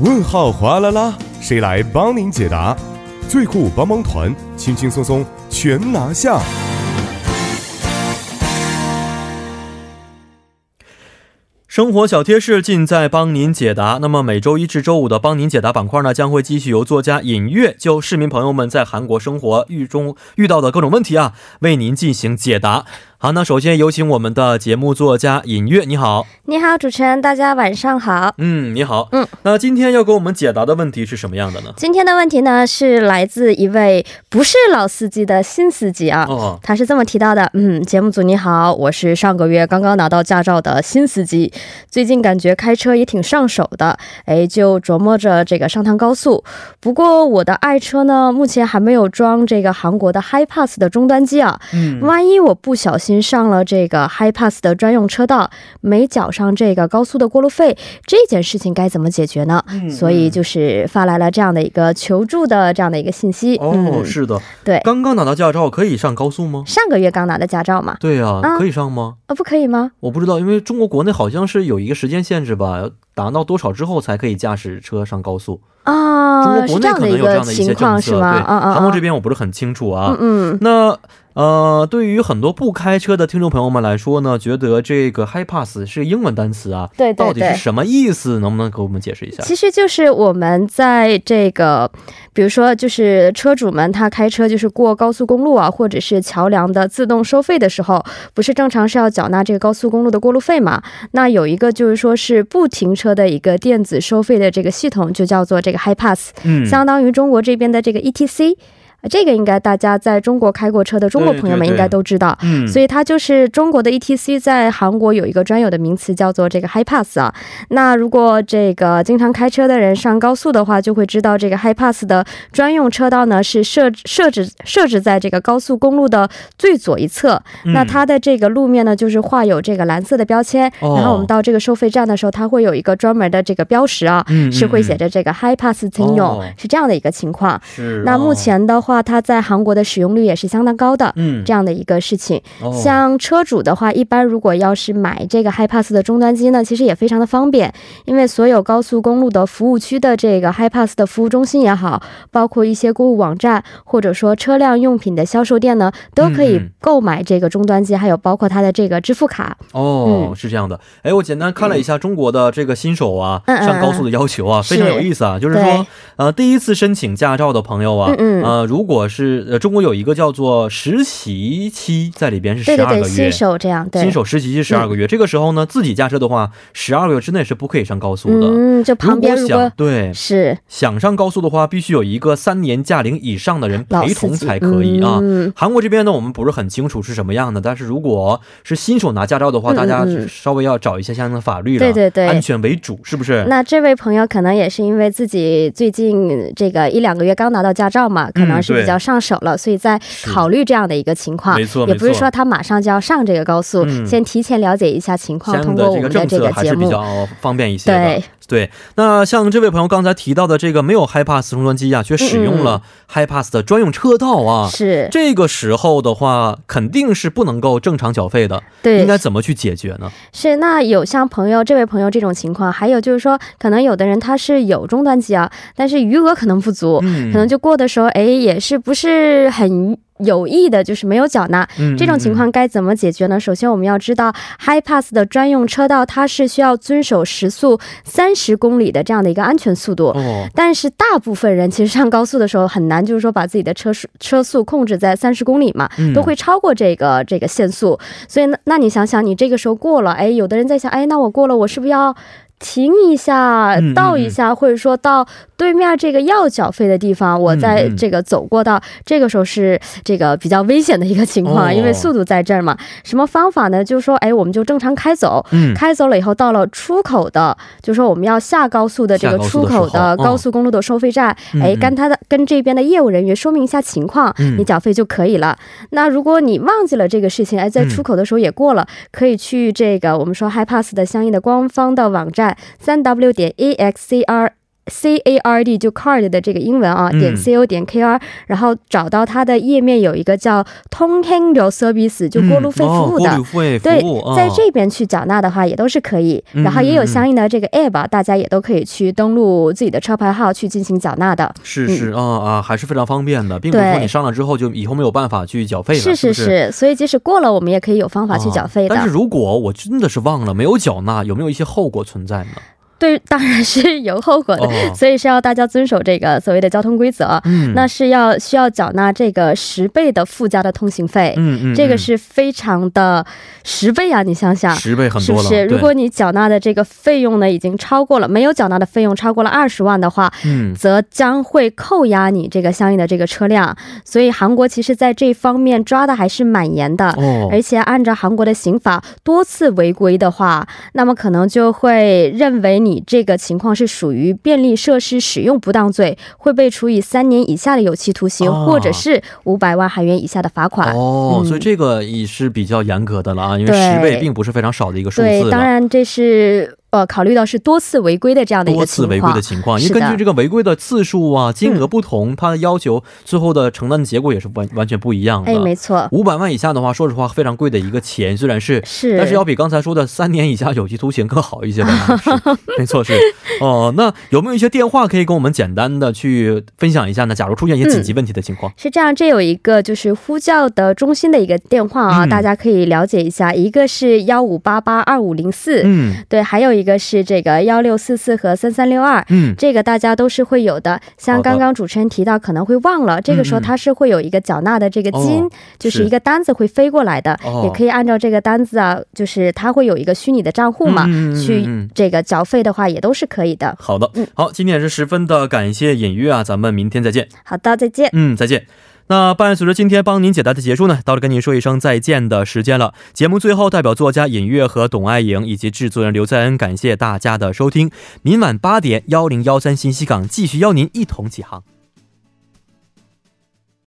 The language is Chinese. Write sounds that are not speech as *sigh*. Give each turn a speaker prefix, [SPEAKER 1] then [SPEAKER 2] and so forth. [SPEAKER 1] 问号哗啦啦，谁来帮您解答？最酷帮帮团，轻轻松松全拿下。
[SPEAKER 2] 生活小贴士尽在帮您解答。那么每周一至周五的帮您解答板块呢，将会继续由作家尹月就市民朋友们在韩国生活遇中遇到的各种问题啊，为您进行解答。好，那首先有请我们的节目作家尹月，你好。
[SPEAKER 3] 你好，主持人，大家晚上好。
[SPEAKER 2] 嗯，你好。
[SPEAKER 3] 嗯，
[SPEAKER 2] 那今天要给我们解答的问题是什么样的呢？
[SPEAKER 3] 今天的问题呢是来自一位不是老司机的新司机啊，
[SPEAKER 2] 哦，
[SPEAKER 3] 他是这么提到的：嗯，节目组你好，我是上个月刚刚拿到驾照的新司机，最近感觉开车也挺上手的，哎，就琢磨着这个上趟高速。不过我的爱车呢，目前还没有装这个韩国的 HiPass 的终端机啊，
[SPEAKER 2] 嗯，
[SPEAKER 3] 万一我不小心上了这个 HiPass 的专用车道，没缴上这个高速的过路费，这件事情该怎么解决呢？
[SPEAKER 2] 嗯
[SPEAKER 3] 所以就是发来了这样的一个求助的这样的一个信息。
[SPEAKER 2] 哦，
[SPEAKER 3] 嗯，
[SPEAKER 2] 是的，
[SPEAKER 3] 对，
[SPEAKER 2] 刚刚拿到驾照可以上高速吗？
[SPEAKER 3] 上个月刚拿的驾照嘛，
[SPEAKER 2] 对呀、
[SPEAKER 3] 啊
[SPEAKER 2] 可以上吗？
[SPEAKER 3] 啊、不可以吗？
[SPEAKER 2] 我不知道，因为中国国内好像是有一个时间限制吧，达到多少之后才可以驾驶车上高速。中
[SPEAKER 3] 啊，
[SPEAKER 2] 国
[SPEAKER 3] 是
[SPEAKER 2] 国
[SPEAKER 3] 这
[SPEAKER 2] 内
[SPEAKER 3] 样
[SPEAKER 2] 可
[SPEAKER 3] 的
[SPEAKER 2] 能
[SPEAKER 3] 一
[SPEAKER 2] 有这
[SPEAKER 3] 个
[SPEAKER 2] 样的一些
[SPEAKER 3] 情
[SPEAKER 2] 政
[SPEAKER 3] 况
[SPEAKER 2] 策，
[SPEAKER 3] 是吗？
[SPEAKER 2] 对，
[SPEAKER 3] 啊啊
[SPEAKER 2] 韩国这
[SPEAKER 3] 啊，
[SPEAKER 2] 边我不是很清楚啊。
[SPEAKER 3] 嗯嗯，
[SPEAKER 2] 那呃，对于很多不开车的听众朋友们来说呢，觉得这个 “high pass” 是英文单词啊，
[SPEAKER 3] 对对
[SPEAKER 2] 到底
[SPEAKER 3] 对
[SPEAKER 2] 是。什么意思？能不能给我们解释一下？
[SPEAKER 3] 其实就是我们在这个，比如说就是车主们他开车就是过高速公路啊，或者是桥梁的自动收费的时候，不是正常是要缴纳这个高速公路的过路费嘛？那有一个就是说是不停车的一个电子收费的这个系统，就叫做这个 HiPass，、
[SPEAKER 2] 嗯，
[SPEAKER 3] 相当于中国这边的这个 ETC。呃这个应该大家在中国开过车的中国朋友们
[SPEAKER 2] 对对对
[SPEAKER 3] 应该都知道，
[SPEAKER 2] 嗯，
[SPEAKER 3] 所
[SPEAKER 2] 以
[SPEAKER 3] 以它就是中国的 ETC 在韩国有一个专有的名词叫做这个 High Pass 啊。那如果这个经常开车的人上高速的话，就会知道这个 High Pass 的专用车道呢是设置设置设置在这个高速公路的最左一侧。
[SPEAKER 2] 嗯
[SPEAKER 3] 那它的这个路面呢就是画有这个蓝色的标签，
[SPEAKER 2] 哦
[SPEAKER 3] 然后我们到这个收费站的时候，它会有一个专门的这个标识啊，
[SPEAKER 2] 嗯嗯
[SPEAKER 3] 是会写着这个 High Pass 停用
[SPEAKER 2] 哦，
[SPEAKER 3] 是这样的一个情况。
[SPEAKER 2] 是啊哦
[SPEAKER 3] 那目前的话，它在韩国的使用率也是相当高的。
[SPEAKER 2] 嗯
[SPEAKER 3] 这样的一个事情，
[SPEAKER 2] 哦
[SPEAKER 3] 像车主的话，一般如果要是买这个 HiPass 的终端机呢，其实也非常的方便，因为所有高速公路的服务区的这个 HiPass 的服务中心也好，包括一些购物网站或者说车辆用品的销售店呢，都可以
[SPEAKER 2] 嗯嗯
[SPEAKER 3] 购买这个终端机，还有包括它的这个支付卡。
[SPEAKER 2] 哦，
[SPEAKER 3] 嗯
[SPEAKER 2] 是这样的。哎，我简单看了一下中国的这个新手啊、
[SPEAKER 3] 嗯嗯
[SPEAKER 2] 上高速的要求啊，非常有意思啊。就是说
[SPEAKER 3] 对，
[SPEAKER 2] 呃，第一次申请驾照的朋友啊，
[SPEAKER 3] 嗯嗯
[SPEAKER 2] 呃，如果是呃，中国有一个叫做实习期在里边是十
[SPEAKER 3] 对对
[SPEAKER 2] 二
[SPEAKER 3] 对，
[SPEAKER 2] 个月
[SPEAKER 3] 新。手这样对，嗯
[SPEAKER 2] 新手实习期十二个月、这个时候呢，自己驾车的话，十二个月之内是不可以上高速的。
[SPEAKER 3] 嗯，就旁边
[SPEAKER 2] 如
[SPEAKER 3] 如
[SPEAKER 2] 果想
[SPEAKER 3] 果
[SPEAKER 2] 对
[SPEAKER 3] 是
[SPEAKER 2] 想上高速的话，必须有一个三年驾龄以上的人
[SPEAKER 3] 老
[SPEAKER 2] 陪
[SPEAKER 3] 司
[SPEAKER 2] 同
[SPEAKER 3] 机
[SPEAKER 2] 才可以啊。
[SPEAKER 3] 嗯
[SPEAKER 2] 韩国这边呢，我们不是很清楚是什么样的，但是如果是新手拿驾照的话，
[SPEAKER 3] 嗯嗯
[SPEAKER 2] 大家
[SPEAKER 3] 嗯
[SPEAKER 2] 稍微要找一下相应的法律了，
[SPEAKER 3] 对对对
[SPEAKER 2] 安全为主，是不是？
[SPEAKER 3] 那这位朋友可能也是因为自己最近这个一两个月刚拿到驾照
[SPEAKER 2] 嗯
[SPEAKER 3] 嘛，可能是比较上手了，所以在考虑这样的一个情况。
[SPEAKER 2] 没错
[SPEAKER 3] 也不
[SPEAKER 2] 没
[SPEAKER 3] 是
[SPEAKER 2] 错
[SPEAKER 3] 说他马上就要上这个高速，
[SPEAKER 2] 嗯
[SPEAKER 3] 先提前了解一下情况，
[SPEAKER 2] 相应
[SPEAKER 3] 通
[SPEAKER 2] 的
[SPEAKER 3] 过
[SPEAKER 2] 这个
[SPEAKER 3] 我们的
[SPEAKER 2] 政
[SPEAKER 3] 这
[SPEAKER 2] 策
[SPEAKER 3] 个
[SPEAKER 2] 还
[SPEAKER 3] 节
[SPEAKER 2] 是比
[SPEAKER 3] 目。
[SPEAKER 2] 较方便一些的。
[SPEAKER 3] 对，
[SPEAKER 2] 对，那像这位朋友刚才提到的这个没有 HiPass 终端机啊，却使用了 HiPass 的专用车道啊。
[SPEAKER 3] 嗯是，
[SPEAKER 2] 这个时候的话，肯定是不能够正常缴费的，应
[SPEAKER 3] 对，
[SPEAKER 2] 该怎么去解决呢？
[SPEAKER 3] 是。那有像朋友这位朋友这种情况，还有就是说，可能有的人他是有终端机啊，但是余额可能不足，
[SPEAKER 2] 嗯，
[SPEAKER 3] 可能就过的时候，哎，也是不是很有意的，就是没有缴纳。
[SPEAKER 2] 嗯
[SPEAKER 3] 这种情，况该怎么解决呢？首先，我们要知道 High Pass 的专用车道它是需要遵守时速三十公里的这样的一个安全速度。
[SPEAKER 2] 嗯嗯
[SPEAKER 3] 但是大部分人其实上高速的时候很难，就是说把自己的车速车速控制在三十公里嘛，
[SPEAKER 2] 哦，
[SPEAKER 3] 都会超过这个这个限速。所以那那你想想，你这个时候过了，哎，有的人在想，哎，那我过了，我是不是要停一下
[SPEAKER 2] 嗯嗯、
[SPEAKER 3] 倒一下，或者说到对面这个要缴费的地方，我在
[SPEAKER 2] 嗯嗯
[SPEAKER 3] 这个走过道，这个时候是这个比较危险的一个情况，
[SPEAKER 2] 哦
[SPEAKER 3] 因为速度在这儿嘛。什么方法呢？就是说，哎，我们就正常开走。
[SPEAKER 2] 嗯，
[SPEAKER 3] 开走了以后，到了出口的，就说我们要下高速的这个
[SPEAKER 2] 下高速
[SPEAKER 3] 出
[SPEAKER 2] 的时候
[SPEAKER 3] 口的
[SPEAKER 2] 哦
[SPEAKER 3] 高速公路的收费站，
[SPEAKER 2] 嗯
[SPEAKER 3] 哎，
[SPEAKER 2] 嗯
[SPEAKER 3] 跟他的跟这边的业务人员说明一下情况，
[SPEAKER 2] 嗯
[SPEAKER 3] 你缴费就可以了。那如果你忘记了这个事情，哎，在
[SPEAKER 2] 嗯
[SPEAKER 3] 出口的时候也过了，可以去这个我们说 HiPass 的相应的官方的网站三 w 点 e x c r。 C A R D 就 card 的这个英文啊，
[SPEAKER 2] 嗯
[SPEAKER 3] 点 c o 点 k r，然后找到它的页面有一个叫 t o n g h a n d l service，就过路费服务的。
[SPEAKER 2] 嗯哦、过路费服
[SPEAKER 3] 对
[SPEAKER 2] 务，啊，
[SPEAKER 3] 在这嗯边去缴纳的话也都是可以，
[SPEAKER 2] 嗯
[SPEAKER 3] 然后也有
[SPEAKER 2] 嗯
[SPEAKER 3] 相应的这个 app，、大啊家也都可以去登录自己的车牌号去进行缴纳的。
[SPEAKER 2] 是是啊啊，还是非常方便的，并不
[SPEAKER 3] 对
[SPEAKER 2] 是说你上了之后就以后没有办法去缴费了，
[SPEAKER 3] 是
[SPEAKER 2] 是
[SPEAKER 3] 是
[SPEAKER 2] 不是？
[SPEAKER 3] 是，所以即使过了，我们也可以有方法去缴费的。
[SPEAKER 2] 啊但是如果我真的是忘了没有缴纳，有没有一些后果存在呢？
[SPEAKER 3] 对，当然是有后果的，
[SPEAKER 2] 哦
[SPEAKER 3] *laughs* 所以是要大家遵守这个所谓的交通规则。
[SPEAKER 2] 嗯，
[SPEAKER 3] 那是要需要缴纳这个十倍的附加的通行费，
[SPEAKER 2] 嗯嗯，
[SPEAKER 3] 这个
[SPEAKER 2] 嗯
[SPEAKER 3] 是非常的十倍啊！你想想，
[SPEAKER 2] 十倍很
[SPEAKER 3] 是
[SPEAKER 2] 多
[SPEAKER 3] 不
[SPEAKER 2] 了，
[SPEAKER 3] 是？
[SPEAKER 2] 对
[SPEAKER 3] 如果你缴纳的这个费用呢，已经超过了没有缴纳的费用超过了二十万的话，
[SPEAKER 2] 嗯
[SPEAKER 3] 则将会扣押你这个相应的这个车辆。所以韩国其实在这方面抓的还是蛮严的。
[SPEAKER 2] 哦
[SPEAKER 3] 而且按照韩国的刑法，多次违规的话，那么可能就会认为你这个情况是属于便利设施使用不当罪，会被处以三年以下的有期徒刑，
[SPEAKER 2] 哦
[SPEAKER 3] 或者是五百万韩元以下的罚款。
[SPEAKER 2] 哦、
[SPEAKER 3] 嗯
[SPEAKER 2] 所以这个也是比较严格的了啊，因为
[SPEAKER 3] 对
[SPEAKER 2] 十倍并不是非常少的一个数字
[SPEAKER 3] 对，
[SPEAKER 2] 了。
[SPEAKER 3] 当然这是呃考虑到是多次违规的这样的一
[SPEAKER 2] 多
[SPEAKER 3] 个
[SPEAKER 2] 次
[SPEAKER 3] 情
[SPEAKER 2] 违规
[SPEAKER 3] 况
[SPEAKER 2] 的。情况，因
[SPEAKER 3] 是
[SPEAKER 2] 为
[SPEAKER 3] 的嗯
[SPEAKER 2] 根据这个违规的次数啊、金额不同，它的要求最后的承担的结果也是完完全不一样的。
[SPEAKER 3] 哎，没错，
[SPEAKER 2] 五百万以下的话，说实话非常贵的一个钱，虽然是，
[SPEAKER 3] 是，
[SPEAKER 2] 但是要比刚才说的三年以下有期徒刑更好一些吧？是没错，是。哦，那有没有一些电话可以跟我们简单的去分享一下呢？假如出现一些紧急问题的情况，
[SPEAKER 3] 是这样，这有一个就是呼叫的中心的一个电话啊，
[SPEAKER 2] 嗯
[SPEAKER 3] 大家可以了解一下，一个是幺五八八二五零四，
[SPEAKER 2] 嗯
[SPEAKER 3] 对，还有一个是这个幺六四四和三三六二。
[SPEAKER 2] 嗯，
[SPEAKER 3] 这个大家都是会有的，
[SPEAKER 2] 好
[SPEAKER 3] 像
[SPEAKER 2] 的
[SPEAKER 3] 刚刚主持人提到，可能会忘了，这个时候
[SPEAKER 2] 嗯嗯
[SPEAKER 3] 它是会有一个缴纳的这个金，
[SPEAKER 2] 哦
[SPEAKER 3] 就是
[SPEAKER 2] 是
[SPEAKER 3] 一个单子会飞过来的，
[SPEAKER 2] 哦
[SPEAKER 3] 也可以按照这个单子啊，就是它会有一个虚拟的账户嘛，
[SPEAKER 2] 嗯嗯嗯嗯嗯
[SPEAKER 3] 去这个缴费的话也都是可以的。
[SPEAKER 2] 好的，好，今天也是十分的感谢尹月啊，咱们明天再见。
[SPEAKER 3] 好的，再见。
[SPEAKER 2] 嗯，再见。那伴随着今天帮您解答的结束呢，到了跟您说一声再见的时间了。节目最后，代表作家尹月和董爱颖以及制作人刘在恩，感谢大家的收听。明晚八点幺零幺三信息港继续邀您一同起航。